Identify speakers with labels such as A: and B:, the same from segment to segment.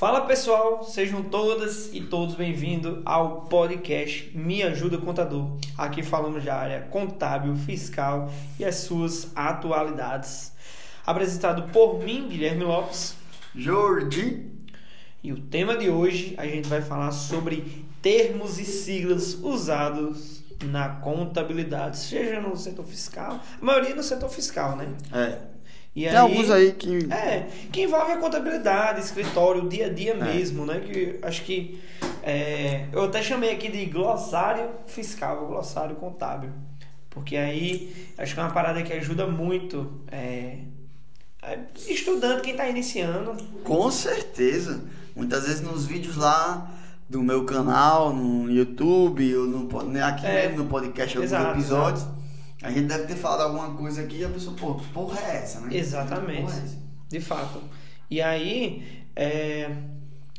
A: Fala pessoal, sejam todas e todos bem-vindos ao podcast Me Ajuda Contador. Aqui falamos da área contábil, fiscal e as suas atualidades. Apresentado por mim, Guilherme Lopes.
B: Jordi.
A: E o tema de hoje a gente vai falar sobre termos e siglas usados na contabilidade, seja no setor fiscal, a maioria no setor fiscal, né?
B: É.
A: E
B: Tem
A: aí-
B: alguns aí que.
A: É, que envolve a contabilidade, escritório, o dia a dia
B: É.
A: mesmo, né? Que acho que. é, eu até chamei aqui de glossário fiscal, glossário contábil. Porque aí acho que é uma parada que ajuda muito. é, é, estudante, quem está iniciando.
B: Com certeza. Muitas vezes nos vídeos lá do meu canal, no YouTube, ou no, po- né, aqui
A: É.
B: mesmo no podcast, alguns
A: Exato,
B: episódios. A gente deve ter falado alguma coisa aqui e a pessoa, pô, que porra é essa, né?
A: Exatamente.
B: Que porra é essa?
A: De fato. E aí, é,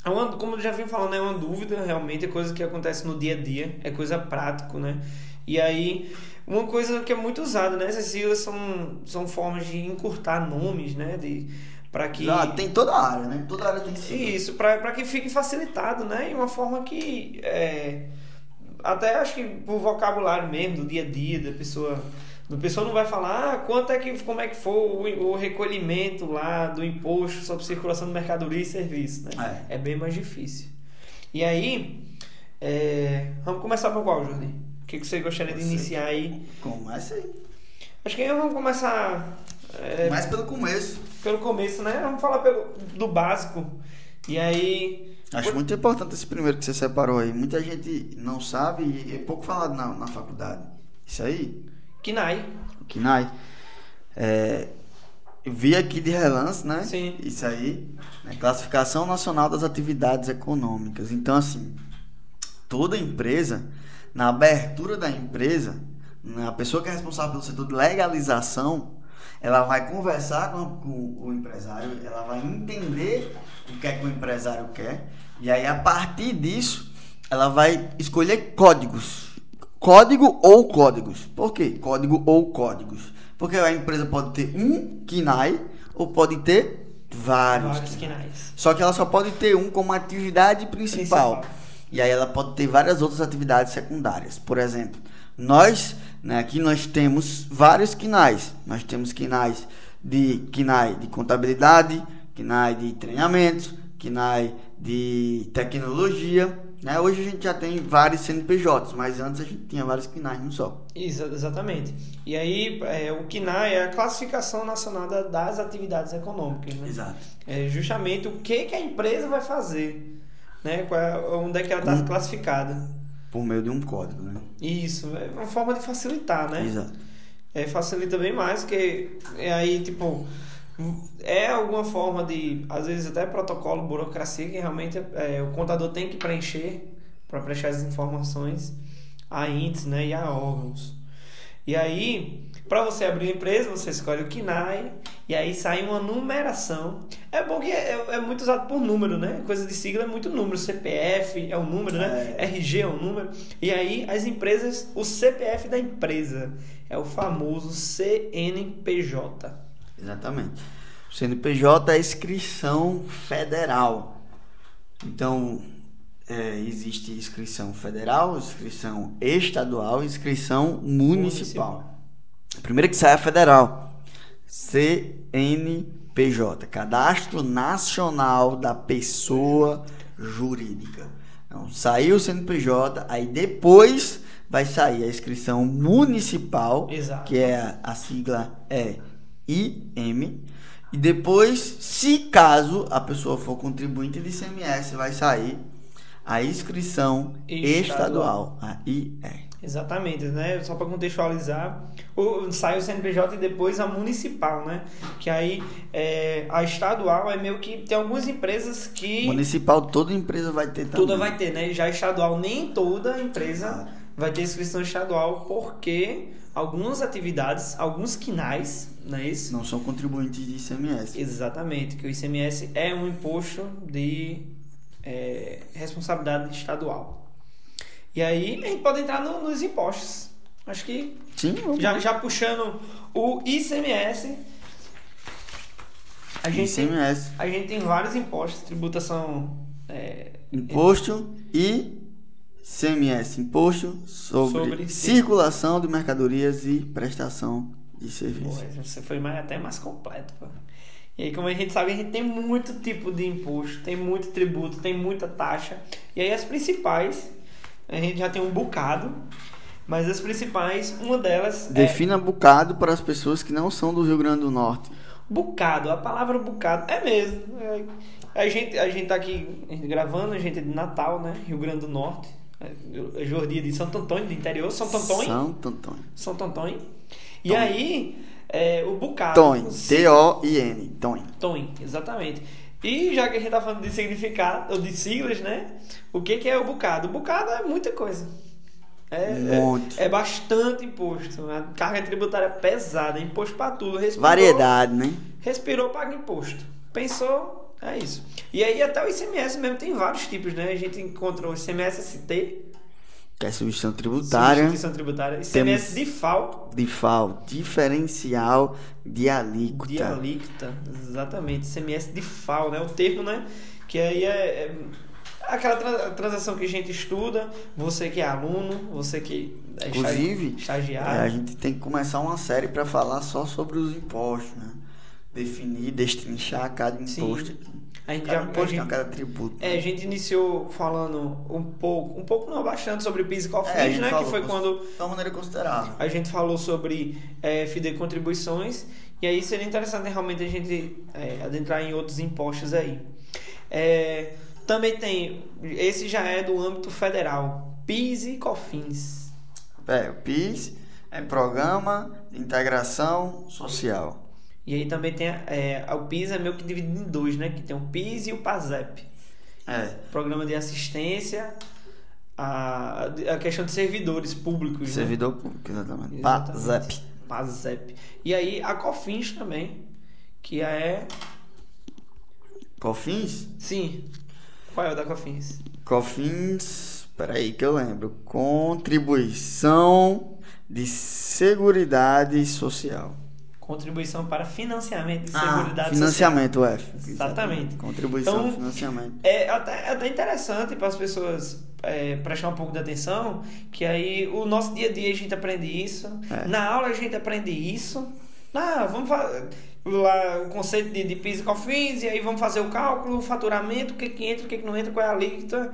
A: é uma- como eu já vim falando, é uma dúvida realmente, é coisa que acontece no dia a dia, é coisa prática, né? E aí, uma coisa que é muito usada, né? Essas siglas são, são formas de encurtar nomes, né? De, para que.
B: Ah, tem toda a área, né? Toda a área tem sigla.
A: Isso, para que fique facilitado, né? E uma forma que. é, até acho que o vocabulário mesmo, do dia a dia, da pessoa. A pessoa não vai falar ah, quanto é que, como é que foi o, o recolhimento lá do imposto sobre circulação de mercadoria e serviço, né?
B: É.
A: É bem mais difícil. E aí, é, vamos começar por qual, Jordi? O que, que você gostaria de
B: Você.
A: iniciar aí?
B: Começa é aí.
A: Acho que aí vamos começar é,
B: Mas pelo começo.
A: pelo começo, né? Vamos falar pelo, do básico. E aí,
B: Acho muito importante esse primeiro que você separou aí. Muita gente não sabe e é pouco falado na, na faculdade. Isso aí
A: KINAI.
B: Kinai. É, eu vi aqui de relance, né?
A: Sim.
B: Isso aí. né? Classificação Nacional das Atividades Econômicas. Então, assim, toda empresa, na abertura da empresa, né, a pessoa que é responsável pelo setor de legalização, ela vai conversar com, com o empresário, ela vai entender o que é que o empresário quer, e aí a partir disso, ela vai escolher códigos. Código ou códigos. Por quê? Código ou códigos. Porque a empresa pode ter um KINAI ou pode ter vários.
A: Vários KINAIs.
B: Só que ela só pode ter um como atividade principal.
A: Principal.
B: E aí ela pode ter várias outras atividades secundárias. Por exemplo, nós, né, aqui nós temos vários quinais. Nós temos quinais de quinai de contabilidade, quinai de treinamento, quinai de tecnologia. Né? Hoje a gente já tem vários CNPJs, mas antes a gente tinha vários quinais num só.
A: Isso, exatamente. E aí, é, o KINAI é a classificação nacional da- das atividades econômicas, né?
B: Exato.
A: É justamente o que, que a empresa vai fazer, né? Qual é- onde é que ela está
B: Hum.
A: classificada.
B: Por meio de um código, né?
A: Isso, é uma forma de facilitar, né?
B: Exato.
A: É, facilita bem mais, porque é aí, tipo, é alguma forma de, às vezes até protocolo, burocracia, que realmente é, o contador tem que preencher para preencher as informações a índices né, e a órgãos. E aí, para você abrir uma empresa, você escolhe o KINAI e aí sai uma numeração. É bom que é, é muito usado por número, né? Coisa de sigla é muito número. CPF é um número, né? RG é um número. E aí, as empresas, o CPF da empresa é o famoso CNPJ.
B: Exatamente. O CNPJ é inscrição federal. Então, é, existe inscrição federal, inscrição estadual, inscrição municipal. A primeira que sai é a federal. CNPJ, Cadastro Nacional da Pessoa Jurídica. Então, saiu o CNPJ, aí depois vai sair a inscrição municipal,
A: Exato.
B: que é a- a sigla é IM. E depois, se caso a pessoa for contribuinte de ICMS, vai sair a inscrição
A: Estadual.
B: estadual, a IR.
A: Exatamente, né? Só para contextualizar, o, sai o CNPJ e depois a municipal, né? Que aí é, a estadual é meio que tem algumas empresas que
B: Municipal, toda empresa vai ter também.
A: toda vai ter, né? Já estadual nem toda empresa vai ter inscrição estadual porque algumas atividades, alguns quinais, não é isso?
B: Não são contribuintes de ICMS.
A: Exatamente, que o ICMS é um imposto de é, responsabilidade estadual. E aí a gente pode entrar no- nos impostos. Acho que
B: Sim, vamos.
A: já, já puxando o ICMS, A gente, tem,
B: ICMS.
A: a gente tem vários impostos, tributação é,
B: Imposto e CMS, Imposto sobre,
A: Sobre
B: Circulação de Mercadorias e Prestação de
A: Pô,
B: Serviços.
A: você foi mais, até mais completo, pô. E aí, como a gente sabe, a gente tem muito tipo de imposto, tem muito tributo, tem muita taxa. E aí as principais, a gente já tem um bocado, mas as principais, uma delas é
B: Defina bocado para as pessoas que não são do Rio Grande do Norte.
A: bocado. A palavra bocado é mesmo. É, a, gente, a gente tá aqui gravando, a gente é de Natal, né? Rio Grande do Norte. É, Jordia de Santo Antônio, do interior, Santo Antônio.
B: Santo Antônio.
A: Santo Antônio. E aí, é, o bocado.
B: Toin,
A: se-
B: T-O-I-N, Toin.
A: Toin, exatamente. E já que a gente tá falando de significado, ou de siglas, né? O que, que é o bocado? O bocado é muita coisa. É,
B: Um monte.
A: é, é bastante imposto. A carga tributária é pesada, imposto pra tudo. Respirou,
B: Variedade, né?
A: Respirou, paga imposto. Pensou, é isso. E aí até o ICMS mesmo tem vários tipos, né? A gente encontra o ICMS ST,
B: Que é substituição tributária,
A: Substituição Tributária, ICMS
B: Temos-
A: de FAO,
B: de FAO, diferencial de alíquota.
A: de alíquota, exatamente, ICMS de FAO, né? O termo, né? Que aí é, é aquela tra- transação que a gente estuda, você que é aluno, você que é esta-
B: Inclusive, É, a
A: estagiário.
B: gente tem que começar uma série para falar só sobre os impostos, né? Definir, destrinchar cada
A: Sim.
B: imposto. aqui.
A: A gente
B: Cada
A: já- a
B: imposto, não,
A: gente-
B: cada tributo.
A: É, a gente iniciou falando um pouco, um pouco não, bastante sobre PIS e COFINS,
B: É, a gente
A: né?
B: falou,
A: que foi
B: cons-
A: quando
B: De uma maneira considerável.
A: a gente falou sobre é, contribuições e aí seria interessante né, realmente a gente é, adentrar em outros impostos aí. É, também tem, esse já é do âmbito federal, PIS e COFINS.
B: É, o PIS é Programa de Integração Social.
A: E aí também tem, é, o PIS é meio que dividido em dois, né? Que tem o PIS e o PASEP.
B: É,
A: Programa de assistência, a, a questão de servidores públicos, né?
B: servidor público, exatamente.
A: Exatamente.
B: PASEP.
A: PASEP. E aí a COFINS também, que é...
B: COFINS?
A: Sim. Qual é o da COFINS?
B: COFINS, peraí que eu lembro. Contribuição de Seguridade Social.
A: Contribuição para financiamento de
B: Ah,
A: seguridade social.
B: financiamento, F.
A: Exatamente.
B: Contribuição,
A: Então,
B: financiamento.
A: É até, é até interessante para as pessoas é, prestar um pouco de atenção, que aí o nosso dia a dia a gente aprende isso,
B: É.
A: na aula a gente aprende isso. Ah, vamos fazer lá o conceito de, de PIS e COFINS, e aí vamos fazer o cálculo, o faturamento, o que, que entra, o que, que não entra, qual é a alíquota.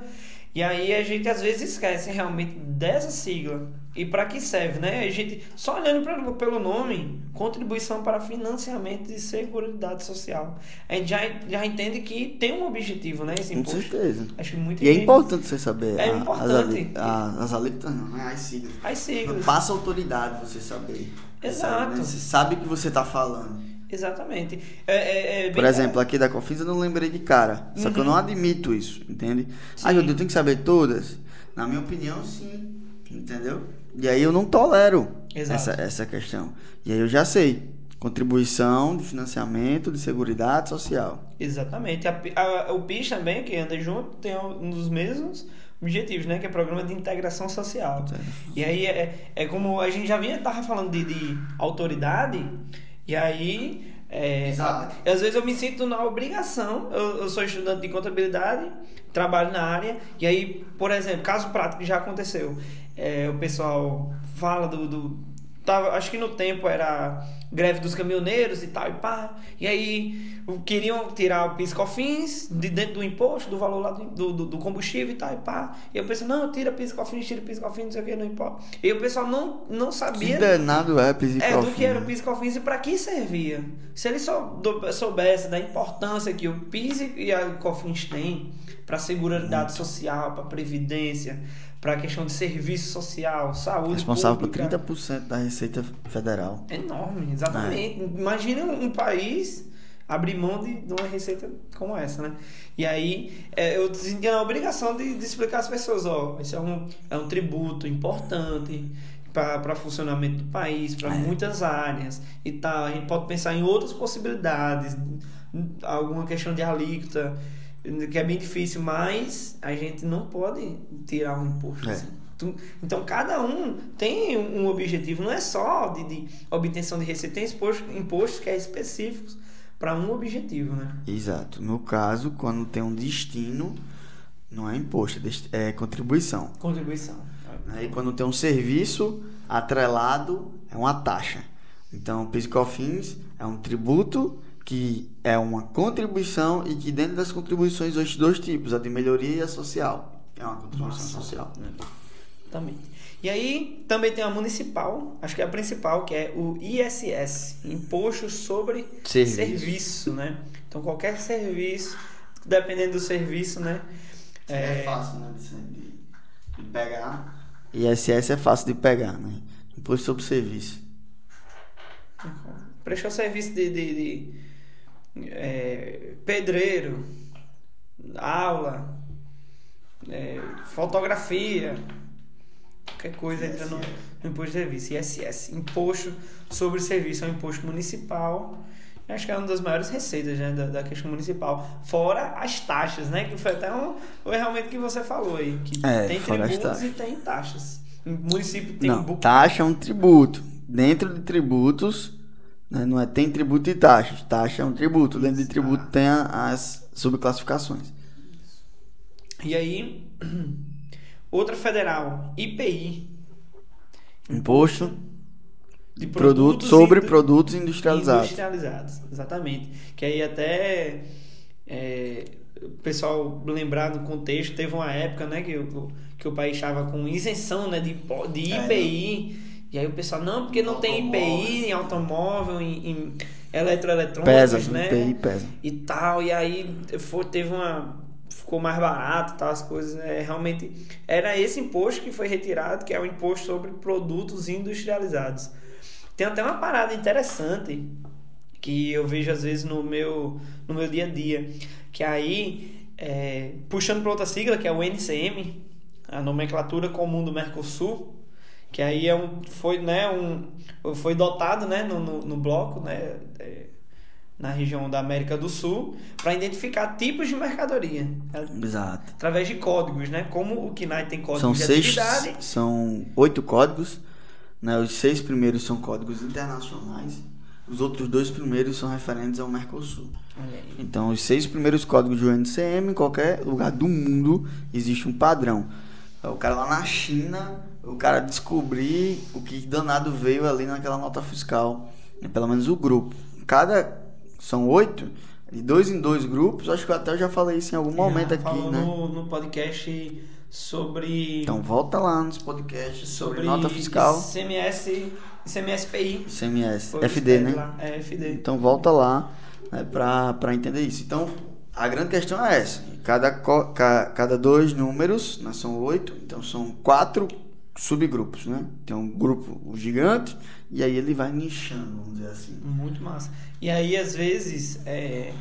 A: E aí a gente às vezes esquece realmente dessa sigla e para que serve, né? A gente só olhando pelo, pelo nome, contribuição para financiamento de seguridade social. A gente já, já entende que tem um objetivo, né? Esse
B: Com
A: imposto.
B: certeza.
A: Acho que muito
B: E é importante você saber
A: É
B: a-
A: importante.
B: as, ali- a- as alíquotas, não, né? As siglas.
A: As siglas.
B: Passa autoridade você saber.
A: Exato.
B: Sabe, né? Você sabe o que você tá falando.
A: Exatamente. É, é, é bem-
B: Por exemplo, aqui da Confins eu não lembrei de cara. Só que eu não admito isso, entende? Ah,
A: Uhum. Sim.
B: Júlio, eu tenho que saber todas? Na minha opinião, sim. Entendeu? E aí eu não tolero
A: Exato.
B: essa, essa questão. E aí eu já sei. Contribuição de financiamento de seguridade social.
A: Exatamente. A- a- o PIS também, que anda junto, tem um dos mesmos objetivos, né? Que é programa de integração social. E aí é, é como a gente já vinha tava falando de, de autoridade, e aí. é,
B: Exato.
A: a- às vezes eu me sinto na obrigação, eu, eu sou estudante de contabilidade, trabalho na área, e aí, por exemplo, caso prático que já aconteceu, é, o pessoal fala do. do- tava, acho que no tempo era greve dos caminhoneiros e tal, e pá. E aí o- queriam tirar o piscofins de dentro do imposto, do valor lá do, do, do- do combustível e tal, e pá. E eu penso, não, tira piscofins, tira piscofins, não sei o que, não importa. E o pessoal não, não
B: Que
A: sabia.
B: danado é, Pis e
A: É, do
B: Cofins,
A: que era o
B: né?
A: PIS e COFINS e para que servia. Se ele sou- do- soubesse da importância que o PIS e- e a COFINS têm para a Seguridade Social, para Previdência, para a questão de serviço social, saúde
B: Responsável por
A: pública.
B: 30% da Receita Federal.
A: É Enorme, exatamente. Imagina um país abrir mão de, de uma receita como essa, né? E aí é, eu senti a obrigação de, de explicar às pessoas, ó, esse é um, é um tributo importante para o funcionamento do país, para muitas áreas e tal. A gente pode pensar em outras possibilidades, alguma questão de alíquota, que é bem difícil, mas a gente não pode tirar um imposto
B: É.
A: assim. Tu- Então cada um tem um um objetivo, não é só de, de obtenção de receita, tem exposto- impostos que é específicos para um objetivo, né?
B: Exato. No caso, quando tem um destino, não é imposto, é dest- é contribuição.
A: Contribuição.
B: Aí quando tem um serviço atrelado, é uma taxa. Então, PiscoFins é um tributo que é uma contribuição e que dentro das contribuições hoje dois tipos, a de melhoria e a social. É uma contribuição social.
A: Exatamente. E aí também tem a municipal, acho que é a principal, que é o ISS, Imposto sobre
B: Serviço.
A: Serviço, né? Então qualquer serviço, dependendo do serviço, né?
B: É, fácil, né, Vicente, de, de pegar. ISS é fácil de pegar, né? Imposto sobre serviço.
A: Uhum. Prestou serviço de, de- de, é, pedreiro, aula, é, fotografia, qualquer coisa entra no, no imposto de serviço, ISS. Imposto sobre serviço é um imposto municipal. Acho que é uma das maiores receitas né, da, da questão municipal. Fora as taxas, né? Que foi até um, foi realmente que você falou aí. Que
B: É,
A: tem
B: fora as
A: tributos
B: taxas.
A: e tem taxas. O município tem
B: não,
A: bu-
B: taxa é um tributo. Dentro de tributos, né, não é tem tributo e taxas. Taxa é um tributo. Dentro de tributo
A: tá.
B: tem a- as subclassificações.
A: E aí, outra federal, IPI.
B: Imposto
A: De
B: produto sobre
A: indu-
B: produtos industrializados.
A: industrializados. Exatamente. Que aí até é, o pessoal lembrar do contexto, teve uma época né, que, o, que o país estava com isenção né, de, impo- de
B: É,
A: IPI. e aí o pessoal, não, porque não tem IPI em automóvel, em, em eletroeletrônicos,
B: Pesa,
A: né?
B: IPI pesa.
A: e tal, e aí foi, teve uma. ficou mais barato e tal, as coisas. né? realmente. Era esse imposto que foi retirado, que é o imposto sobre produtos industrializados. Tem até uma parada interessante que eu vejo às vezes no meu, no meu dia a dia. Que aí, é, puxando para outra sigla, que é o NCM, a nomenclatura comum do Mercosul, que aí é um, foi, né, um, foi dotado né, no, no, no bloco, né, é, na região da América do Sul, para identificar tipos de mercadoria,
B: Exato.
A: através de códigos, né? Como o KNAI tem código
B: São
A: de
B: seis,
A: atividade,
B: são oito códigos. Né? Os seis primeiros são códigos internacionais. Os outros dois primeiros são referentes ao Mercosul.
A: Olha aí.
B: Então, os seis primeiros códigos do NCM, em qualquer lugar do mundo, existe um padrão. O cara lá na China, o cara descobrir o que danado veio ali naquela nota fiscal. né? Pelo menos o grupo. Cada. São oito. De dois em dois grupos, acho que eu até já falei isso em algum momento
A: Já
B: aqui,
A: falou
B: né?
A: no, no podcast sobre
B: Então volta lá nos podcasts sobre,
A: sobre
B: nota fiscal,
A: ICMS, ICMSPI.
B: CMS,
A: Foi o
B: FD, né?
A: lá. É, FD.
B: Então volta lá né, pra, pra entender isso. Então, a grande questão é essa. Cada, co- ca- cada dois números, né, são oito, então são quatro subgrupos, né? Tem um grupo gigante e aí ele vai nichando, vamos dizer assim.
A: Muito massa. E aí, às vezes, é,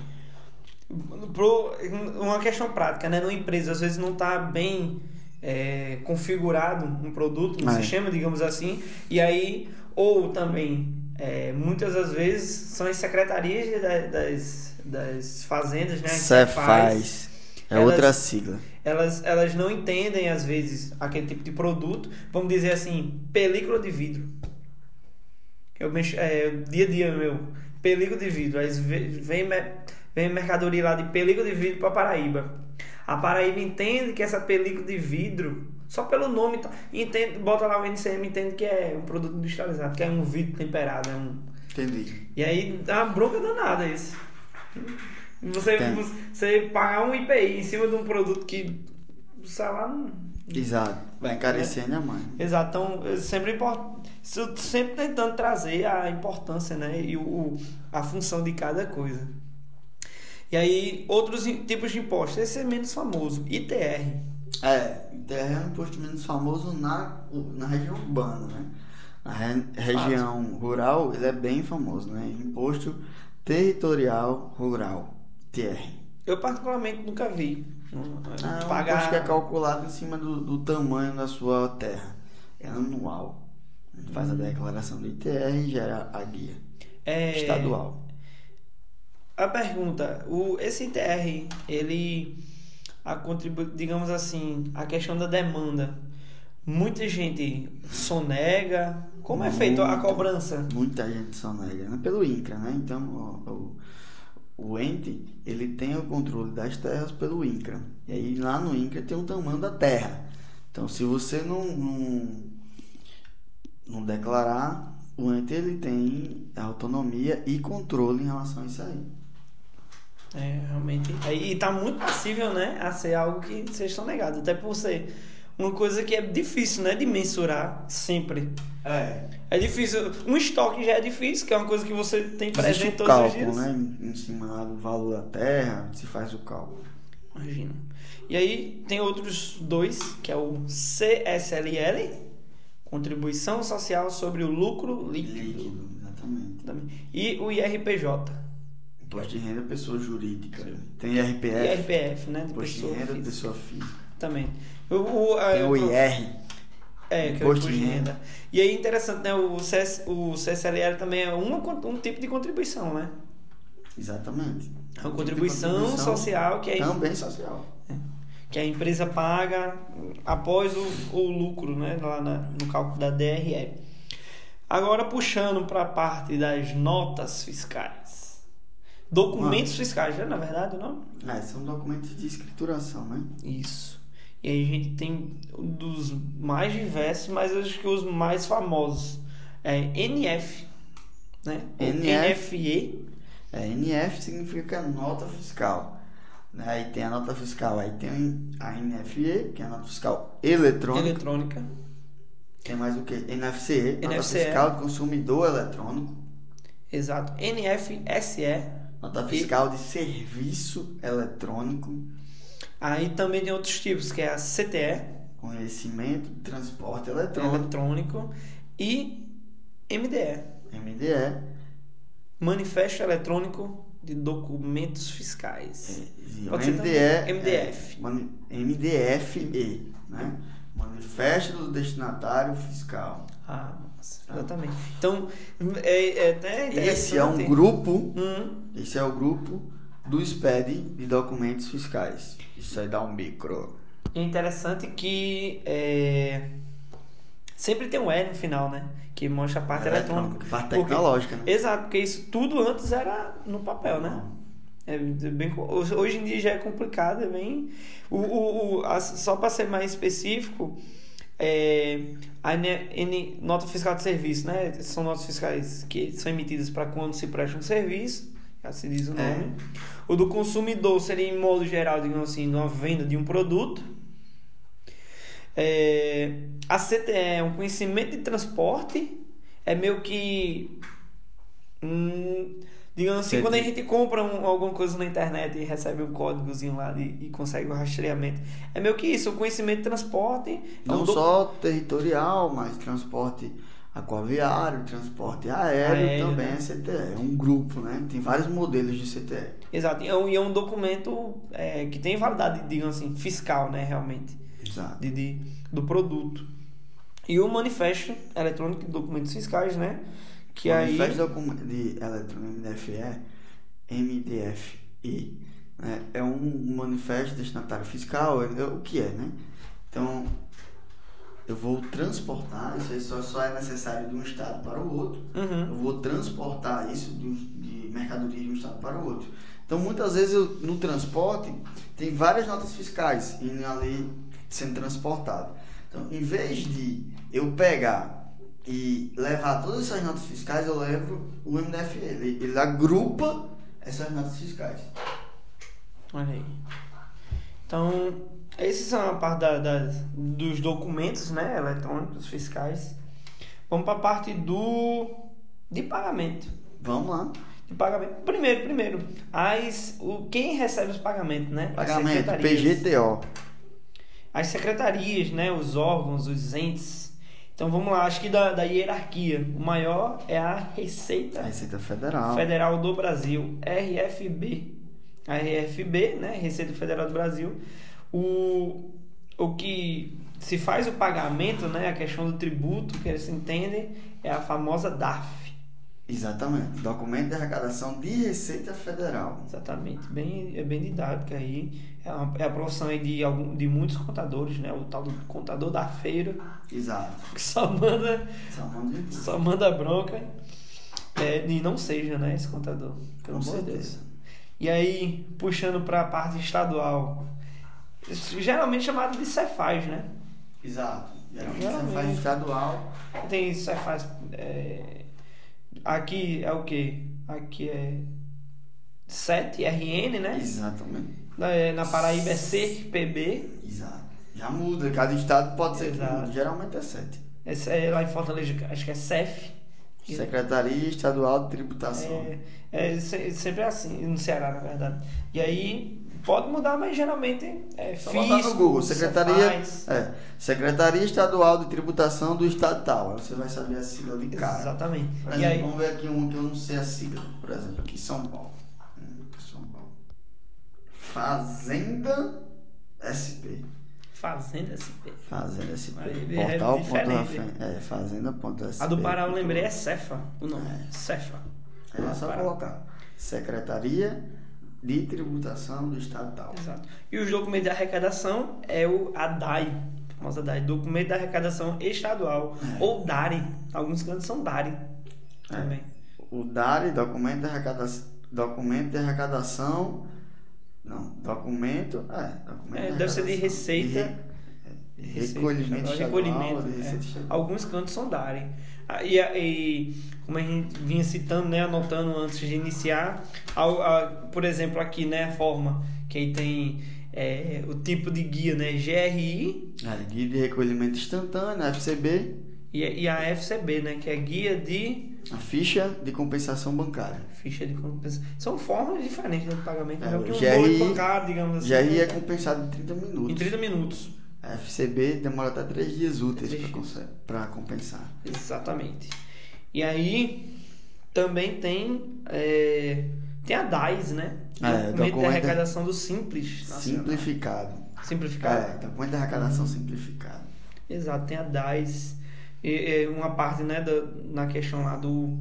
A: pro- uma questão prática, né? Numa empresa, às vezes não está bem é, configurado um produto, um
B: É.
A: sistema, digamos assim, e aí, ou também, é, muitas das vezes, são as secretarias de- da- das, das fazendas, né? As Cefais
B: Cefaz. É
A: Elas-
B: outra sigla.
A: elas, elas não entendem, às vezes, aquele tipo de produto. Vamos dizer assim, película de vidro. Eu mexo, é, dia a dia, meu. Película de vidro. Aí ve- vem, me- vem mercadoria lá de película de vidro para Paraíba. A Paraíba entende que essa película de vidro, só pelo nome, tá- entende, bota lá o NCM, entende que é um produto industrializado, que é um vidro temperado. É um...
B: Entendi.
A: E aí dá uma bronca danada isso. Você,
B: Tem.
A: você pagar um IPI em cima de um produto que o salário não.
B: Exato. Vai encarecer ainda mais.
A: Exato, então é sempre, impor- se- sempre tentando trazer a importância né, e o- o, a função de cada coisa. E aí, outros i- tipos de impostos. Esse é menos famoso, ITR.
B: É, terra é um posto menos famoso na, na região urbana, né? Na re- região rural, ele é bem famoso, né? Imposto Territorial Rural, TR.
A: Eu, particularmente, nunca vi. Não-
B: É um imposto
A: pagar...
B: que é calculado em cima do, do tamanho da sua terra. É anual. Faz a
A: Hum.
B: declaração do ITR e gera a guia
A: é-
B: estadual.
A: A pergunta, o, esse ITR, ele a contribui, digamos assim, a questão da demanda. Muita gente sonega. Como é feito a
B: Muita.
A: cobrança?
B: Muita gente sonega, né? Pelo INCRA, né? Então, o, o, o ente ele tem o controle das terras pelo INCRA. E aí lá no INCRA tem o tamanho da terra. Então se você não, não, não declarar, o ente ele tem autonomia e controle em relação a isso aí.
A: É, realmente. E e tá muito passível, né? A ser algo que vocês estão negados. Até por ser uma coisa que é difícil, né? De mensurar sempre.
B: É.
A: É difícil. Um estoque já é difícil, que é uma coisa que você tem
B: Existe
A: presente
B: o
A: todos os
B: cálculo,
A: dias.
B: né? Em cima do valor da terra, se faz o cálculo.
A: Imagina. E aí tem outros dois, que é o CSLL, Contribuição Social sobre o Lucro Líquido.
B: Líquido, exatamente.
A: também, E o IRPJ,
B: Imposto de renda, pessoa jurídica. Tem IRPF,
A: IRPF, né? De
B: É. imposto de
A: pessoa
B: renda,
A: física.
B: pessoa física.
A: Também. O, o, a-
B: Tem o IR.
A: É, que é o
B: Imposto
A: imposto de
B: de
A: renda. E aí, interessante, né? O, CS, o CSLR também é uma, con- um tipo de contribuição, né?
B: Exatamente.
A: É uma contribuição, social que, é a-
B: Também social.
A: que a empresa paga após o, o lucro, né? Lá na- no cálculo da DRE. Agora, puxando para a parte das notas fiscais. Documentos fiscais, né? Na verdade, não?
B: É, são documentos de escrituração, né?
A: Isso. E aí a gente tem um dos mais diversos, mas eu acho que os mais famosos. É NF, né? O
B: NF.
A: NFE.
B: É, NF significa nota fiscal. Né? Aí tem a nota fiscal, aí tem a NFE, que é a nota fiscal eletrônica.
A: Eletrônica.
B: Tem mais o que? NFCE, nota
A: NFCE.
B: fiscal de consumidor eletrônico.
A: Exato. NFSE.
B: Nota
A: E-
B: fiscal de serviço eletrônico.
A: Aí também tem outros tipos, que é a CTE,
B: Conhecimento, de transporte eletrônico,
A: eletrônico, e MDE,
B: MDE.
A: Manifesto Eletrônico de Documentos
B: É.
A: Fiscais.
B: E o
A: Pode ser
B: MDE,
A: também MDF.
B: é, mani- MDFE, né? Manifesto do Destinatário Fiscal.
A: Ah, nossa. Exatamente. Então, é, é até
B: Esse é um
A: interessante.
B: grupo,
A: Hum.
B: esse é o grupo do SPED de documentos fiscais. Isso aí dá um micro.
A: E é interessante que é, sempre tem um E no final, né? Que mostra a
B: É
A: parte eletrônica.
B: Parte
A: Porque-
B: tecnológica, né?
A: Exato, porque isso tudo antes era no papel, né? É bem, co- hoje em dia já é complicado, é bem. O, o, o- a- só para ser mais específico, é, a N- N- nota fiscal de serviço, né? São notas fiscais que são emitidas para quando se presta um serviço, já se diz o
B: É.
A: nome. O do consumidor seria, em modo geral, digamos assim, uma venda de um produto. É, a CTE é um conhecimento de transporte, é meio que. Hum, digamos assim,
B: Entendi.
A: quando a gente compra um- alguma coisa na internet e recebe um códigozinho lá de- e consegue o rastreamento, é meio que isso, o conhecimento de transporte. é um
B: Não
A: do-
B: só territorial, mas transporte aquaviário, transporte aéreo,
A: Aéreo,
B: também
A: né?
B: é CTE. É um grupo, né? Tem vários modelos de CTE.
A: Exato, e é um, e é um documento é, que tem validade, digamos assim, fiscal, né, realmente,
B: Exato.
A: de, de- do produto. E o manifesto eletrônico de documentos fiscais, né? Que aí.
B: manifesto docu- de eletrônico MDFE, MDFE, né, é um manifesto destinatário fiscal, é- é o que é, né? Então, eu vou transportar, isso aí só, só é necessário de um estado para o outro,
A: Uhum.
B: eu vou transportar isso de, um- de mercadoria de um estado para o outro. Então, muitas vezes, eu, no transporte, tem várias notas fiscais indo ali sendo transportado. Então, em vez de eu pegar e levar todas essas notas fiscais, eu levo o MDFE. Ele, ele agrupa essas notas fiscais.
A: Olha aí. Então, esses são a parte da- das- dos documentos, né, eletrônicos fiscais. Vamos para a parte do de pagamento.
B: Vamos lá.
A: De pagamento. Primeiro, primeiro, as o quem recebe os pagamentos, né? As
B: Pagamento,
A: secretarias.
B: PGTO.
A: As secretarias, né, os órgãos, os entes. Então vamos lá, acho que da, da hierarquia, o maior é a Receita
B: Receita Federal.
A: Federal do Brasil, RFB. A RFB, né, Receita Federal do Brasil, o, o que se faz o pagamento, né, a questão do tributo que eles entendem é a famosa DARF.
B: Exatamente. Documento de arrecadação de Receita Federal.
A: Exatamente, bem, é bem didático aí. É, uma- é a profissão aí de, algum, de muitos contadores, né? O tal do contador da feira,
B: Exato.
A: que só manda,
B: Só manda em tudo.
A: só manda bronca. É, e não seja, né, esse contador. Pelo
B: Com
A: amor de Deus.
B: certeza.
A: E aí, puxando para a parte estadual, geralmente chamado de Cefaz, né?
B: Exato. Geralmente,
A: Geralmente.
B: você faz estadual.
A: Tem Cefaz. é, Aqui é o quê? Aqui é 7 RN, né?
B: Exatamente.
A: Na- é, Na Paraíba é CPB.
B: Exato. Já muda, cada estado pode ser. que
A: Exato.
B: mude. Geralmente é sete.
A: Essa é lá em Fortaleza, acho que é CEF. E-
B: Secretaria Estadual de Tributação.
A: É, é se- sempre assim, no Ceará, na verdade. E aí pode mudar, mas geralmente é
B: Só
A: fisco,
B: botar no Google, Secretaria,
A: Cefaz.
B: é, Secretaria Estadual de Tributação do Estado tal. Aí você vai saber a sigla de cara.
A: Exatamente.
B: Por
A: E
B: exemplo,
A: aí,
B: vamos ver aqui um que eu não sei a sigla. Por exemplo, aqui São Paulo. Hum, São Paulo. Fazenda SP.
A: Fazenda assim, SP.
B: Fazenda SP.
A: Aí, é
B: Portal ponto
A: diferente.
B: Rafa- é, Fazenda ponto SP.
A: A do Pará eu lembrei é Cefa, o nome.
B: É.
A: Cefa.
B: É só
A: Pará.
B: colocar. Secretaria de Tributação do Estado tal.
A: Exato. E os documentos de arrecadação é o ADAI, a famosa ADAI, documento de arrecadação estadual.
B: É.
A: Ou DARI. Alguns cantos são DARI também.
B: O DARI, documento de arrecadação. Documento de arrecadação. Não, documento. É, documento
A: É, deve ser de
B: arrecadação. é,
A: receita.
B: De re- recolhimento,
A: Receita,
B: estadual,
A: recolhimento,
B: de receita
A: é.
B: estadual.
A: Alguns cantos são darem. E, e como a gente vinha citando, né, anotando antes de iniciar, ao- a- por exemplo, aqui, né, a forma que aí tem é, o tipo de guia, né, GRI
B: É, guia de recolhimento instantâneo, FCB,
A: e, e a FCB, né, que é guia de
B: a ficha de compensação bancária.
A: ficha de compensação. São formas diferentes de pagamento,
B: É,
A: né, o que um
B: GRI
A: bolo de bancada, digamos assim,
B: GRI é compensado em 30 minutos.
A: em 30 minutos.
B: A FCB demora até 3 dias úteis
A: Três
B: pra conse- pra compensar.
A: Exatamente. E aí também tem é, tem a DAIS, né?
B: Ah, é,
A: documento de
B: documento-
A: arrecadação do Simples. Nacional.
B: Simplificado.
A: Simplificado.
B: É, documento de arrecadação simplificado.
A: Exato, tem a DAIS. E, e uma parte né, da, na questão lá do,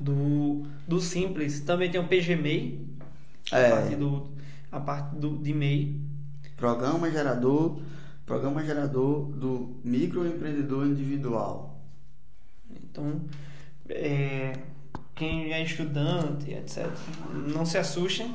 A: do, do Simples. Também tem o PGMEI, a parte,
B: É,
A: do, a parte do, de MEI.
B: programa gerador, programa gerador do microempreendedor individual.
A: Então, é, quem é estudante, etc., não se assustem,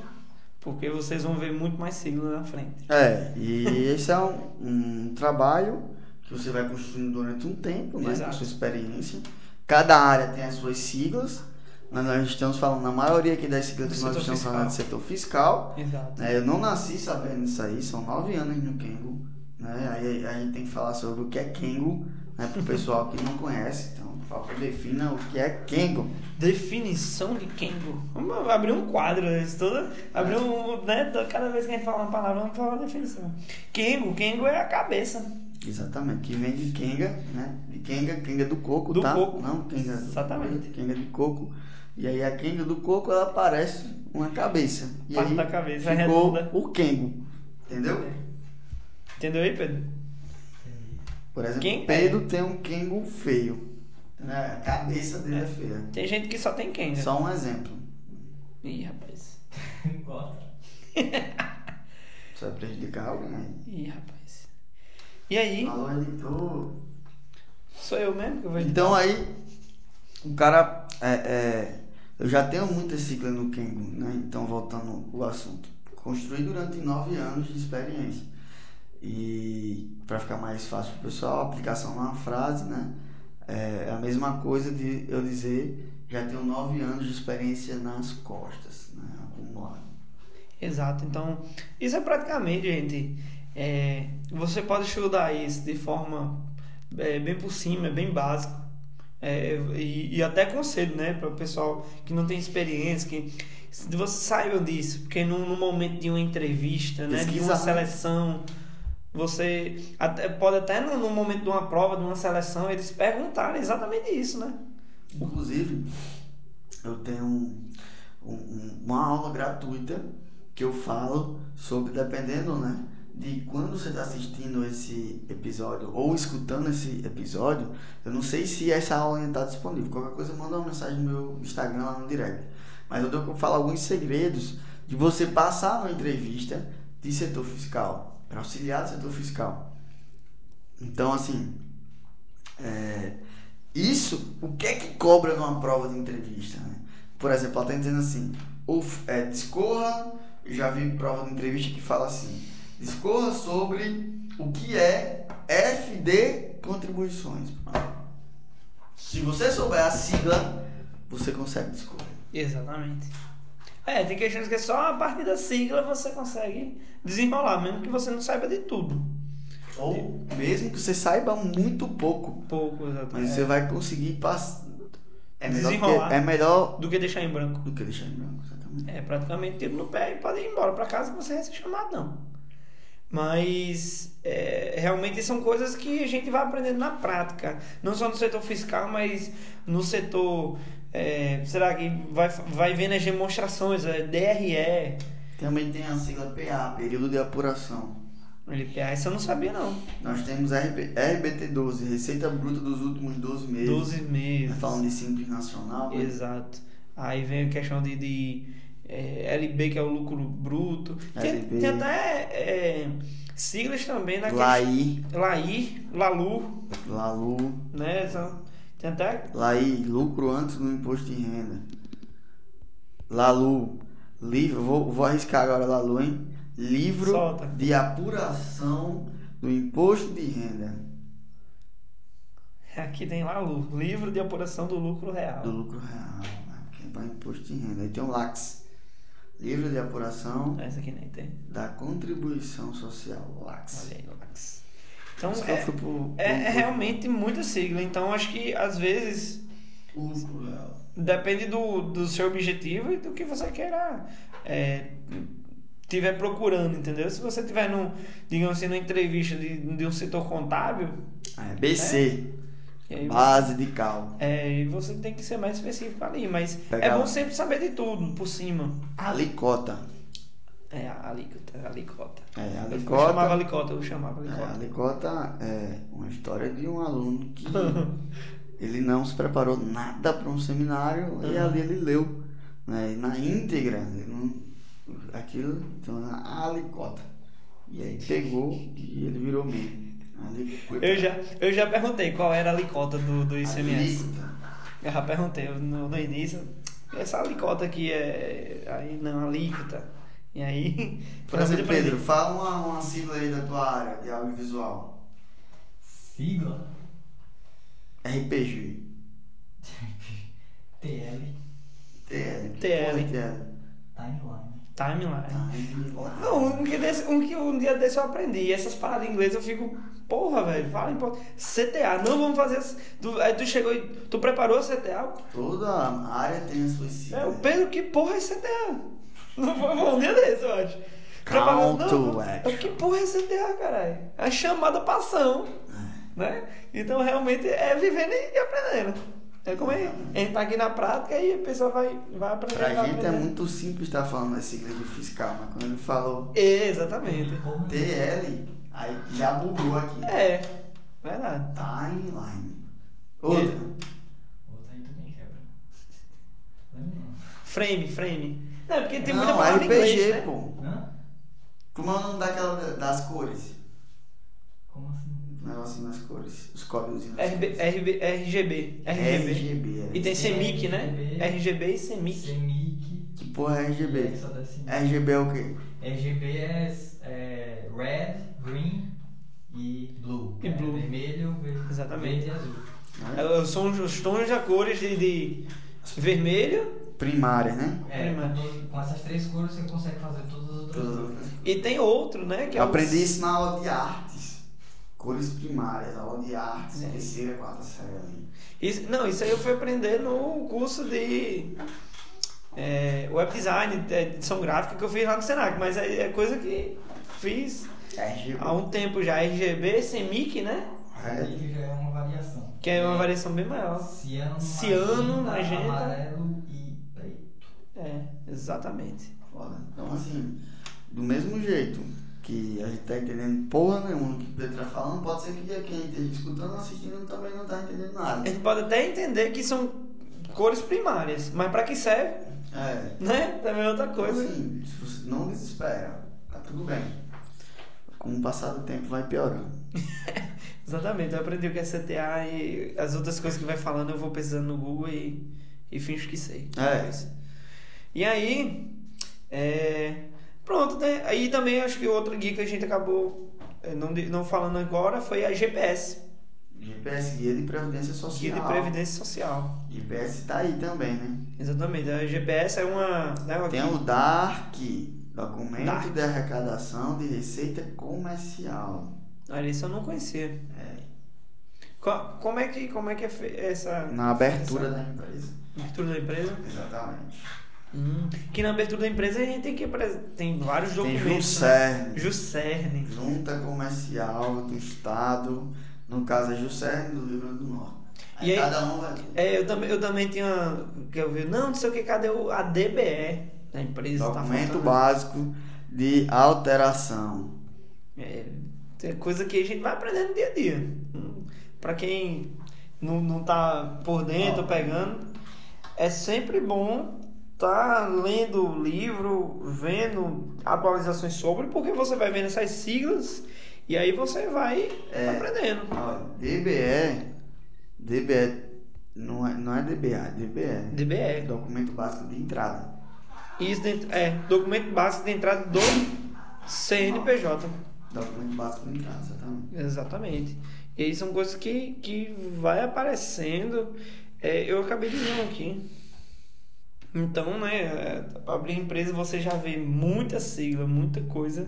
A: porque vocês vão ver muito mais sigla na frente.
B: É, e esse é um, um trabalho que você vai construindo durante um tempo, né, com a
A: Exato.
B: sua experiência. Cada área tem as suas siglas. Nós, nós estamos falando, na maioria aqui das
A: Do
B: siglas, nós
A: setor
B: estamos
A: fiscal.
B: falando de setor fiscal.
A: Exato.
B: né, eu não nasci sabendo isso aí, são nove anos no Kengo. Né, aí a gente tem que falar sobre o que é Kengo, né, para o pessoal que não conhece. Então, por favor, defina o que é Kengo.
A: Definição de Kengo. Vamos abrir um quadro, né? Isso toda,
B: É.
A: abrir um, né? Toda- Cada vez que a gente fala uma palavra, vamos falar uma definição. Kengo, Kengo é a cabeça
B: Exatamente, que vem de Kenga, né? De Kenga, Kenga do coco,
A: Do
B: tá?
A: coco.
B: Não, Kenga do-
A: Exatamente.
B: Kenga de coco. E aí a Kenga do coco, ela parece uma cabeça. E
A: Parte
B: aí
A: da cabeça, é
B: ficou
A: redonda.
B: o Kengo. Entendeu?
A: Entendeu aí, Pedro?
B: Por exemplo,
A: Quem-
B: Pedro tem um Kengo feio. né? A cabeça dele é feia.
A: Tem gente que só tem Kengo.
B: Só um exemplo.
A: Ih, rapaz.
B: Você vai prejudicar né? alguém aí.
A: Ih, rapaz. E aí,
B: Alô, editor.
A: sou eu mesmo que vou
B: é Então aí, o cara. é, é, eu já tenho muita sigla no Kengo, né? Então, voltando o assunto. Construí durante nove anos de experiência. E, para ficar mais fácil pro pessoal, a aplicação numa frase, né? É a mesma coisa de eu dizer: já tenho nove anos de experiência nas costas, né? Acumulado.
A: Exato, então isso é praticamente, gente. é, você pode estudar isso de forma é, bem por cima, bem básica. é, e, e até conselho, né, para o pessoal que não tem experiência, que se você saibam disso, porque no, no momento de uma entrevista, né, de uma
B: Pesquisar.
A: seleção, você até, pode até no, no momento de uma prova, de uma seleção, eles perguntarem exatamente isso, né?
B: Inclusive, eu tenho um- um- uma aula gratuita que eu falo sobre, dependendo, né? De quando você está assistindo esse episódio ou escutando esse episódio, eu não sei se essa aula ainda está disponível. Qualquer coisa, manda uma mensagem no meu Instagram lá no direct. Mas eu dou- eu falo alguns segredos de você passar numa entrevista de setor fiscal, para auxiliar do setor fiscal. Então, assim, é, isso, o que é que cobra numa prova de entrevista? né? Por exemplo, ela está dizendo assim: ou, é, discorra, eu já vi prova de entrevista que fala assim, discorra sobre o que é FD contribuições. Se você souber a sigla, você consegue discorrer.
A: Exatamente. É, tem questões que só a partir da sigla você consegue desenrolar, mesmo que você não saiba de tudo.
B: Ou mesmo que você saiba muito pouco,
A: Um Pouco, exatamente.
B: mas você vai conseguir passar. É melhor, do
A: Desenrolar.
B: que, é melhor
A: Do que deixar em branco.
B: do que deixar em branco, exatamente.
A: É, praticamente tiro no pé e pode ir embora pra casa que você vai ser chamado, não. Mas é, realmente são coisas que a gente vai aprendendo na prática. Não só no setor fiscal, mas no setor. É, será que vai, vai vendo as demonstrações, é, DRE,
B: Também tem a sigla PA, período de apuração.
A: LPA, isso eu não sabia não.
B: Nós temos RB, RBT12, Receita Bruta dos últimos 12 meses. Tá
A: 12 meses.
B: Falando de simples nacional, né?
A: Exato. Aí vem a questão de, de, eh, LB, que é o lucro bruto. Tem,
B: LB.
A: tem até eh, siglas também na questão.
B: Laí,
A: Laí, Lalu,
B: Lalu,
A: né? São- Tem até.
B: Laí, lucro antes do imposto de renda. Lalu, livro, vou, vou arriscar agora Lalu, hein? Livro
A: Solta.
B: de apuração do imposto de renda.
A: Aqui tem Lalu, livro de apuração do lucro
B: Do
A: real.
B: lucro real, né? Porque é para imposto de renda. Aí tem o LAX, livro de apuração
A: Essa aqui nem tem.
B: da contribuição social, LAX.
A: Olha aí, Lax. Então
B: Isso que eu
A: é,
B: fui pro-
A: é, é
B: pro-
A: realmente muita sigla. Então acho que às vezes.
B: Lucro real.
A: Depende do, do seu objetivo e do que você queira é, tiver procurando, entendeu? Se você tiver num, digamos assim, numa entrevista de, de um setor contábil,
B: É, BC,
A: e aí,
B: base de cálculo.
A: é, e você tem que ser mais específico ali, mas
B: Legal.
A: é bom sempre saber de tudo por cima.
B: Alicota.
A: É, a alicota, a alicota.
B: É,
A: Eu
B: alicota.
A: chamava alicota, eu chamava
B: É, a
A: alicota.
B: Licota é uma história de um aluno que ele não se preparou nada para um seminário e
A: Uhum.
B: ali ele leu né, e na íntegra ele não- aquilo, então a Alicota. E aí pegou e ele virou meme. Alicota.
A: Eu, já, eu já perguntei qual era a alicota do, do ICMS.
B: Alicota.
A: Eu já perguntei no, no início. Essa alicota aqui é. Aí não, alíquota. E aí.
B: Por exemplo, Pedro, fala uma, uma sigla aí da tua área de audiovisual.
C: Sigla?
B: RPG.
C: TL.
B: TL.
A: TL.
B: Porra, TL.
C: Timeline.
A: Timeline.
B: Tá,
A: Não, um que, desse- um que um dia desse eu aprendi. Essas paradas em inglês eu fico. Porra, velho, fala em português. CTA, não vamos fazer. esse- Tu, aí tu chegou e. Tu preparou o CTA?
B: Toda área tem as
A: É, o
B: suas siglas.
A: Pedro, que porra é CTA? Não foi bom um dia desse, eu acho. Propaganda-
B: Call to
A: não,
B: action.
A: Que porra é CTA, caralho? É chamada pra ação,
B: É.
A: né? Então, realmente, é vivendo e aprendendo. É como é, a gente tá aqui na prática e a pessoa vai, vai aprendendo.
B: Pra
A: vai
B: gente é
A: aprendendo.
B: muito simples estar falando das siglas de fiscal, mas quando ele falou
A: Exatamente.
C: Como é?
B: TL, aí já bugou aqui.
A: É, verdade.
B: Timeline.
A: É,
B: Outra.
C: Outra aí também quebra. Lembra não?
A: Frame, frame. Não, é porque tem muita
B: Não,
A: palavra
B: RPG,
A: em inglês, né?
B: pô.
C: Hã?
B: Como é o nome daquela da- das cores?
C: Como assim?
B: O negocinho das cores. Os códigos nas
A: RB,
B: cores.
A: RB, RGB. RGB.
B: RGB.
A: né? E tem CEMIC, né?
C: RGB.
A: RGB e CEMIC.
C: Semic.
B: Que porra é RGB?
C: Só deve ser-
B: RGB é o quê?
C: RGB é, é red, green e blue.
A: E
C: É
A: blue.
C: Vermelho, verde,
A: Exatamente.
C: verde e azul.
B: Né?
A: É, São os- os tons da cores de, de vermelho
B: Primária, né?
C: É,
A: Prima.
C: com, todo- com essas três cores você consegue fazer todas as outras cores.
A: e tem outro, né? Que é
B: Eu aprendi
A: o...
B: isso na aula de artes. Cores primárias, aula de artes,
A: É.
B: terceira, quarta série ali.
A: isso. Não, isso aí eu fui aprender no curso de é, web design, é, edição gráfica que eu fiz lá no Senac, mas é, é coisa que fiz
B: RGB.
A: há um tempo já. RGB, CEMIC, né?
B: Tipo, É.
C: Vermelho já é uma variação.
A: Que é uma variação bem maior.
C: Ciano,
A: Ciano, magenta.
C: amarelo e preto.
A: É, exatamente.
B: Foda. Então, assim, do mesmo jeito que a gente tá entendendo porra nenhuma do que o Pedro tá falando, pode ser que quem esteja escutando, assistindo também não tá entendendo
A: A
B: nada.
A: gente pode até entender que são cores primárias, mas pra que serve,
B: É.
A: né? Também é outra
B: Então,
A: coisa.
B: assim, se você não desespera, tá tudo bem. Com o passar do tempo vai piorando.
A: Exatamente, eu aprendi o que é CTA e as outras coisas que vai falando eu vou pesquisando no Google e, e finjo que sei.
B: É.
A: E aí, é, pronto, né? Aí também acho que outra guia que a gente acabou é, não, de- não falando agora foi a GPS,
B: GPS Guia de Previdência Social.
A: Guia de Previdência Social.
B: GPS tá aí também, né?
A: Exatamente, a GPS é uma. Né, uma
B: Tem
A: guia-
B: o DARC, Documento
A: DARC.
B: de Arrecadação de Receita Comercial.
A: Olha, Ah, isso eu não conhecia.
B: É,
A: Co- Como é que, como é, que é fe- essa.
B: na abertura da empresa.
A: Abertura da empresa? Hum,
B: Exatamente.
A: Que na abertura da empresa a gente tem que apres- tem vários
B: Tem
A: documentos.
B: Juscerne.
A: Né? Juscerne.
B: Junta Comercial do Estado, no caso é Juscerne do Rio Grande do Norte. Aí,
A: E aí-
B: cada um vai.
A: É, eu também, eu também tinha. Que eu vi, não, não sei o que, cadê o, a DBE da empresa? Tá
B: Documento
A: faltando.
B: básico de alteração.
A: É, é coisa que a gente vai aprendendo dia a dia. Hum, Pra quem não, não tá por dentro,
B: Ó.
A: pegando, é sempre bom tá lendo o livro, vendo atualizações sobre, porque você vai vendo essas siglas e aí você vai
B: É.
A: aprendendo.
B: Ó, DBE, DBE não é, não é DBA, DBE. É
A: DBE.
B: documento básico de entrada.
A: Isso dentro- é, documento básico de entrada do CNPJ.
B: Documento básico de entrada, exatamente.
A: Exatamente. E aí são coisas que, que vai aparecendo. É, eu acabei de ver um aqui. Então, né, é, pra abrir empresa você já vê muita sigla, muita coisa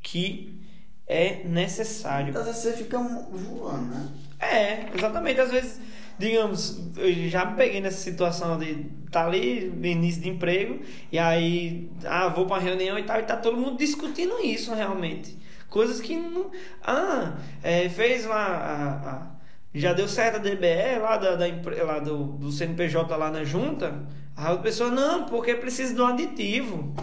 A: que é necessário.
B: Às vezes você fica voando, né?
A: É, exatamente. Às vezes, digamos, eu já me peguei nessa situação de tá ali no início de emprego e aí, ah, vou pra uma reunião e tal, e tá todo mundo discutindo isso realmente. Coisas que não. Ah, é, fez lá. a- a- já deu certo a DBE lá, da, da empre- lá do, do CNPJ lá na junta. Aí a pessoa, não, porque precisa de um aditivo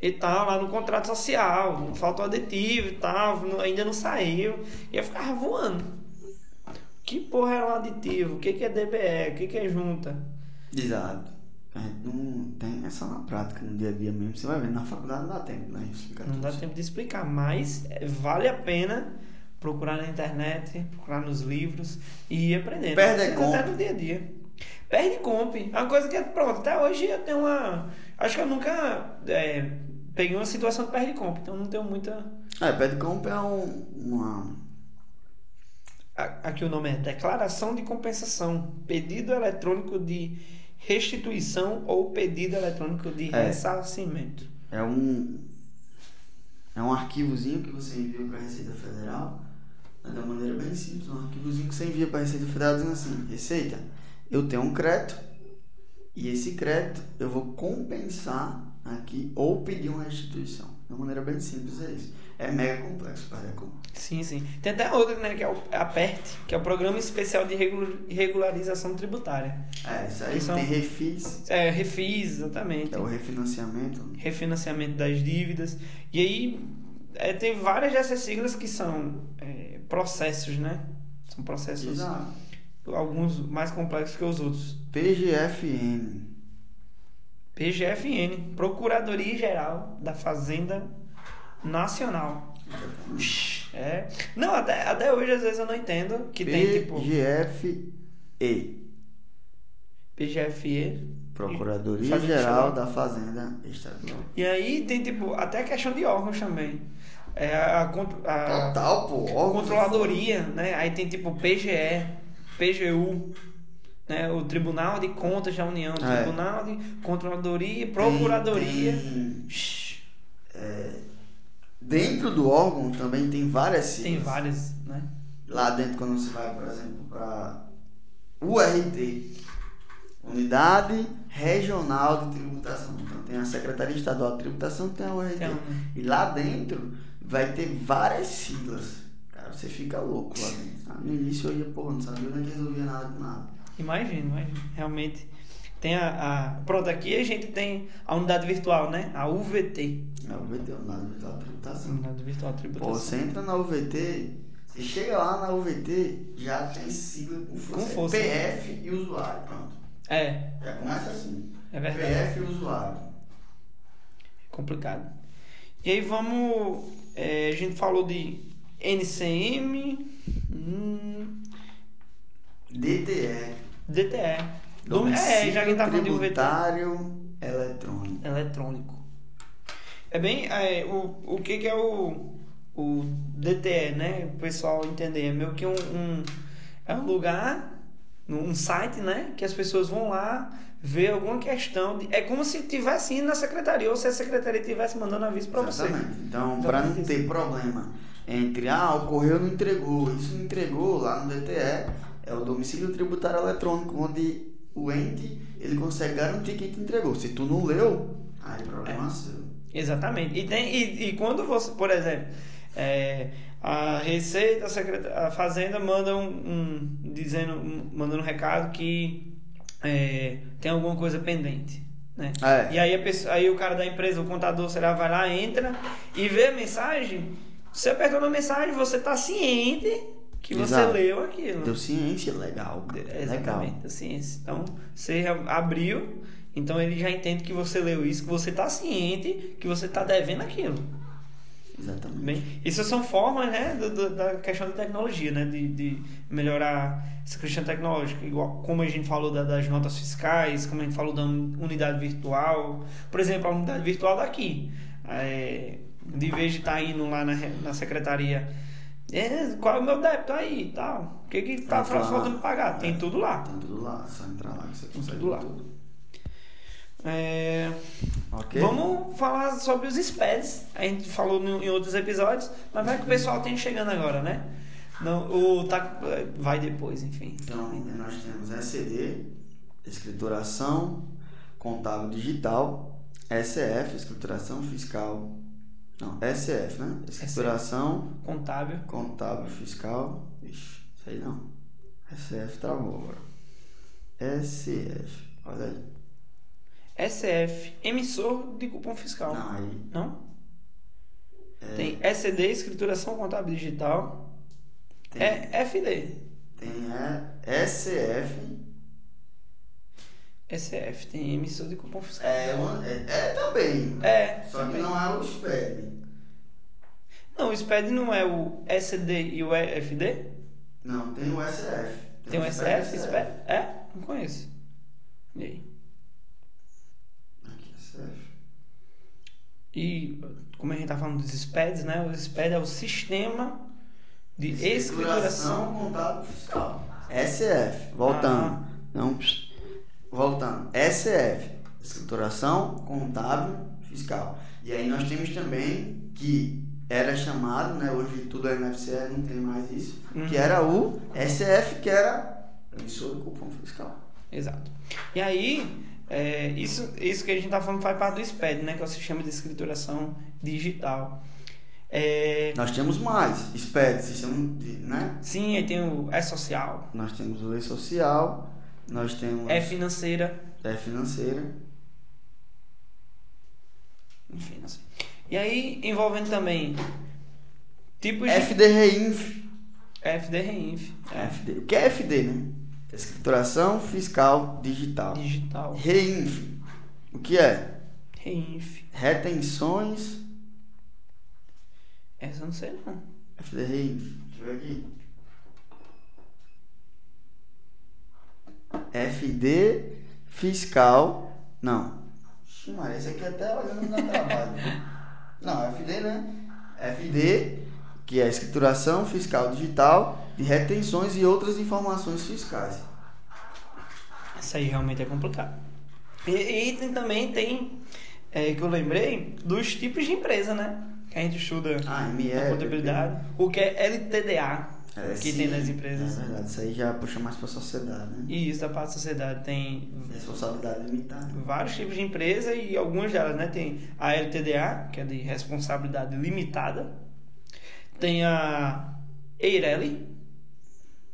A: e tal, lá no contrato social, não falta o aditivo e tal, não- ainda não saiu. E eu ficava voando. Que porra é um aditivo? O que, que é DBE? O que, que é junta?
B: Exato. A gente não tem essa na prática, no dia a dia mesmo. Você vai ver, na faculdade não dá tempo, né? Explicar
A: Não
B: tudo
A: dá
B: isso.
A: tempo de explicar, mas eh, vale a pena procurar na internet, procurar nos livros e ir aprendendo.
B: Perde
A: Você
B: comp.
A: até no dia a dia. Perde comp. É Uma coisa que, pronto, até hoje eu tenho uma. Acho que eu nunca eh, peguei uma situação de perde comp, então não tenho muita.
B: É, Pedcomp é um, uma.
A: A- Aqui o nome é Declaração de Compensação, Pedido Eletrônico de Restituição ou Pedido Eletrônico de
B: É.
A: Ressarcimento.
B: É um. É um arquivozinho que você envia para a Receita Federal. mas De uma maneira bem simples, um arquivozinho que você envia para a Receita Federal dizendo assim: Receita, eu tenho um crédito e esse crédito eu vou compensar aqui ou pedir uma restituição. De uma maneira bem simples é isso. É mega complexo, é Pedcomp.
A: Sim, sim. Tem até outra, né, que é o APERT, que é o Programa Especial de Regu- Regularização Tributária.
B: É, isso aí
A: Que são-
B: tem refis.
A: É, refis, exatamente.
B: É o refinanciamento.
A: refinanciamento das dívidas. E aí é, tem várias dessas siglas que são é, processos, né? São processos,
B: Exato.
A: alguns mais complexos que os outros.
B: PGFN.
A: PGFN, Procuradoria Geral da Fazenda Nacional. É. Não, até, até hoje às vezes eu não entendo que tem tipo
B: PGFE.
A: PGFE.
B: Procuradoria
A: Fazenda
B: Geral
A: Nacional.
B: da Fazenda Estadual.
A: E aí tem tipo até questão de órgãos também. É a, contro- a-
B: Total, pô. órgão-
A: Ah, controladoria, né? Aí tem tipo PGE, PGU, né? O Tribunal de Contas da União,
B: É.
A: Tribunal de Controladoria,
B: Tem-
A: Procuradoria.
B: tem- é,
A: Shhh,
B: dentro do órgão também tem várias siglas.
A: Tem várias, né?
B: Lá dentro, quando você vai, por exemplo, para URT Unidade Regional de Tributação. Então tem a Secretaria Estadual de Tributação, tem a URT.
A: Tem uma-
B: E lá dentro vai ter várias siglas. Cara, você fica louco lá dentro. sabe? No início eu ia, pô, não sabia nem resolvia nada com nada.
A: Imagino, imagino. Realmente. Tem a, a. Pronto, aqui a gente tem a unidade virtual, né? A UVT.
B: Na UVT, na UVT da tributação.
A: Unidade virtual
B: Pô,
A: tributação.
B: você entra na UVT, você chega lá na UVT, já tem sigla com força.
A: Com força.
B: PF e usuário, pronto.
A: É,
B: Já começa assim.
A: é verdade.
B: PF e usuário.
A: Complicado. E aí vamos. é, a gente falou de NCM. hum,
B: DTE.
A: DTE. Dom- é, já que a gente tá falando de UVT.
B: tributário eletrônico.
A: eletrônico. É bem é, o, o que, que é o, o DTE, né? O pessoal entender. É meio que um, um- é um lugar, um site, né? Que as pessoas vão lá ver alguma questão. de- é como se tivesse indo na secretaria ou se a secretaria tivesse mandando aviso para você.
B: Exatamente. Então, para não
A: Exatamente
B: ter problema entre, ah, ocorreu, não entregou, isso não entregou, lá no DTE, é o domicílio tributário eletrônico, onde o ente, ele consegue garantir que te entregou. Se tu não leu, aí problema é seu.
A: Exatamente. E, tem, e, e quando você, por exemplo, é, a Receita, a, Secreta- a Fazenda manda um, um- dizendo, um- mandando um recado que é, tem alguma coisa pendente. Né?
B: É.
A: E aí, a pessoa, aí o cara da empresa, o contador, sei lá, vai lá, entra e vê a mensagem. Você apertou na mensagem, você está ciente que você
B: Exato.
A: leu aquilo.
B: Deu Então, ciência, legal. cara,
A: É,
B: Legal.
A: Exatamente, da ciência. Então, você já abriu, então ele já entende que você leu isso, que você está ciente que você está devendo aquilo.
B: Exatamente.
A: Bem, isso são formas né, do- do- da questão da tecnologia, né, de, de melhorar essa questão tecnológica, igual como a gente falou da- das notas fiscais, como a gente falou da un- unidade virtual. Por exemplo, a unidade virtual daqui. É, de vez de estar indo lá na, re- na secretaria, é, qual é o meu débito aí e tal? O que que tá
B: Aí tu lá-
A: faltando pagar? Tem tudo lá.
B: Tem Tá tudo lá, só entrar lá que você consegue.
A: tudo lá. É,
B: Ok?
A: Vamos falar sobre os SPEDs. A gente falou no- em outros episódios, mas vai que o pessoal tem chegando agora, né? Não, o tá, vai depois, enfim.
B: Então, nós temos SED, escrituração contábil digital, SF, escrituração fiscal. Não, SF, né? Escrituração
A: Contábil.
B: contábil fiscal. Ixi, isso aí não. SF travou agora. SF, olha aí.
A: SF, emissor de cupom fiscal.
B: Não, aí.
A: Não?
B: É,
A: Tem SED, escrituração contábil digital.
B: tem,
A: É FD.
B: tem é, SF.
A: SF, tem emissor de cupom fiscal.
B: É, uma- é, é também.
A: É.
B: Só que não é o SPED.
A: Não, o SPED não é o SD e o FD?
B: Não, tem o SF.
A: Tem um
B: o
A: SF, SPED? É? Não conheço. E aí?
B: Aqui, SF.
A: E como a gente tá falando dos SPEDs, né? O SPED é o sistema de escrituração.
B: Escrituração contábil fiscal. SF, voltando.
A: Ah.
B: Não, pss, voltando. SF, escrituração contábil fiscal. E aí nós temos também que era chamado, né, hoje tudo é NFC, não tem mais isso,
A: Uhum.
B: que era o SF, que era emissor do cupom fiscal.
A: Exato. E aí, é, isso, isso que a gente tá falando faz parte do SPED, né? Que é o sistema de escrituração digital. É,
B: Nós temos mais, SPED, sistema de, né?
A: sim, aí tem o é social,
B: Nós temos lei social, nós temos
A: é financeira,
B: é financeira,
A: enfim, não sei. E aí, envolvendo também tipos de
B: FDRINF,
A: FDRINF, é,
B: FD. O que é FD, né? Escrituração Fiscal Digital.
A: digital,
B: REINF. O que é?
A: REINF.
B: Retenções.
A: Essa eu não sei não.
B: FD REINF. Deixa eu ver aqui. FD Fiscal. Não. Ixi, Maria, esse aqui é até olhando dá trabalho. Não, FD, né? FD, que é Escrituração Fiscal Digital de Retenções e Outras Informações Fiscais.
A: Isso aí realmente é complicado. E, e tem- também tem, é, que eu lembrei, dos tipos de empresa, né? Que a gente estuda
B: Ah, ME.
A: a contabilidade. O que é LTDA,
B: É,
A: que
B: sim,
A: tem nas empresas.
B: É verdade, isso aí já puxa mais pra sociedade, né?
A: E isso da parte da sociedade tem
B: Responsabilidade limitada.
A: vários tipos de empresa e algumas delas, né? Tem a LTDA, que é de responsabilidade limitada. Tem a Eireli,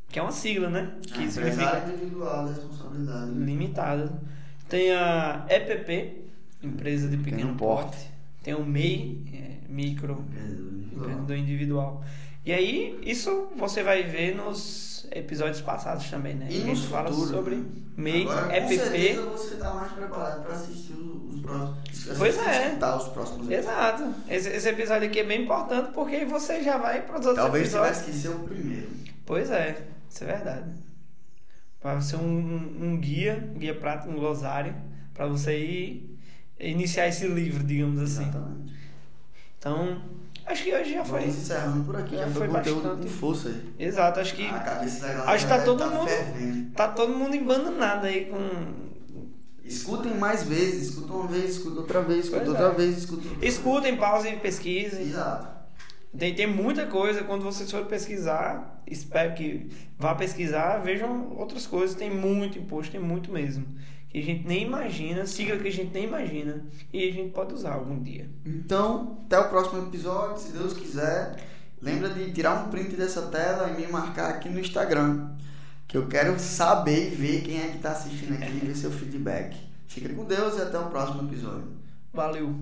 A: que é uma sigla, né? Que
B: Ah,
A: significa
B: empresário individual da responsabilidade.
A: limitada. Tem a EPP, empresa de pequeno
B: Pequeno
A: porte.
B: porte.
A: Tem o MEI, é, micro
B: Empreendedor individual.
A: empreendedor individual. E aí, isso você vai ver nos episódios passados também, né?
B: E
A: a
B: nos
A: gente fala
B: futuros,
A: sobre
B: né?
A: MEI,
B: Agora, com certeza
A: EPP.
B: você tá mais preparado pra assistir os, os próximos.
A: Pois
B: assistir,
A: é.
B: escutar os próximos
A: Exato. Esse, esse episódio aqui é bem importante porque você já vai para os outros
B: Talvez você vai
A: episódios.
B: esquecer o primeiro.
A: Pois é, isso é verdade. Para ser um, um guia, um guia prático, um glosário, para um você ir iniciar esse livro, digamos assim.
B: Exatamente.
A: Então, acho que hoje já foi.
B: Vamos encerrando por aqui,
A: Já
B: já,
A: foi
B: foi conteúdo
A: bastante.
B: com força aí.
A: Exato, acho que
B: A cabeça da galera
A: acho que tá
B: deve
A: todo
B: tá
A: mundo-
B: fervendo.
A: tá todo mundo embananado aí com
B: Escutem mais vezes, escuta uma vez, escuta outra vez, escuta
A: Pois é.
B: outra vez, escuta.
A: Escutem, pausem, pesquisem.
B: Exato.
A: Tem, tem muita coisa. Quando vocês forem pesquisar, espero que vá pesquisar, vejam outras coisas. Tem muito imposto, tem muito mesmo. Que a gente nem imagina, sigla que a gente nem imagina. E a gente pode usar algum dia.
B: Então, até o próximo episódio, se Deus quiser. Lembra de tirar um print dessa tela e me marcar aqui no Instagram. Que eu quero saber e ver quem é que tá assistindo aqui e ver seu feedback. Fica com Deus e até o próximo episódio.
A: Valeu!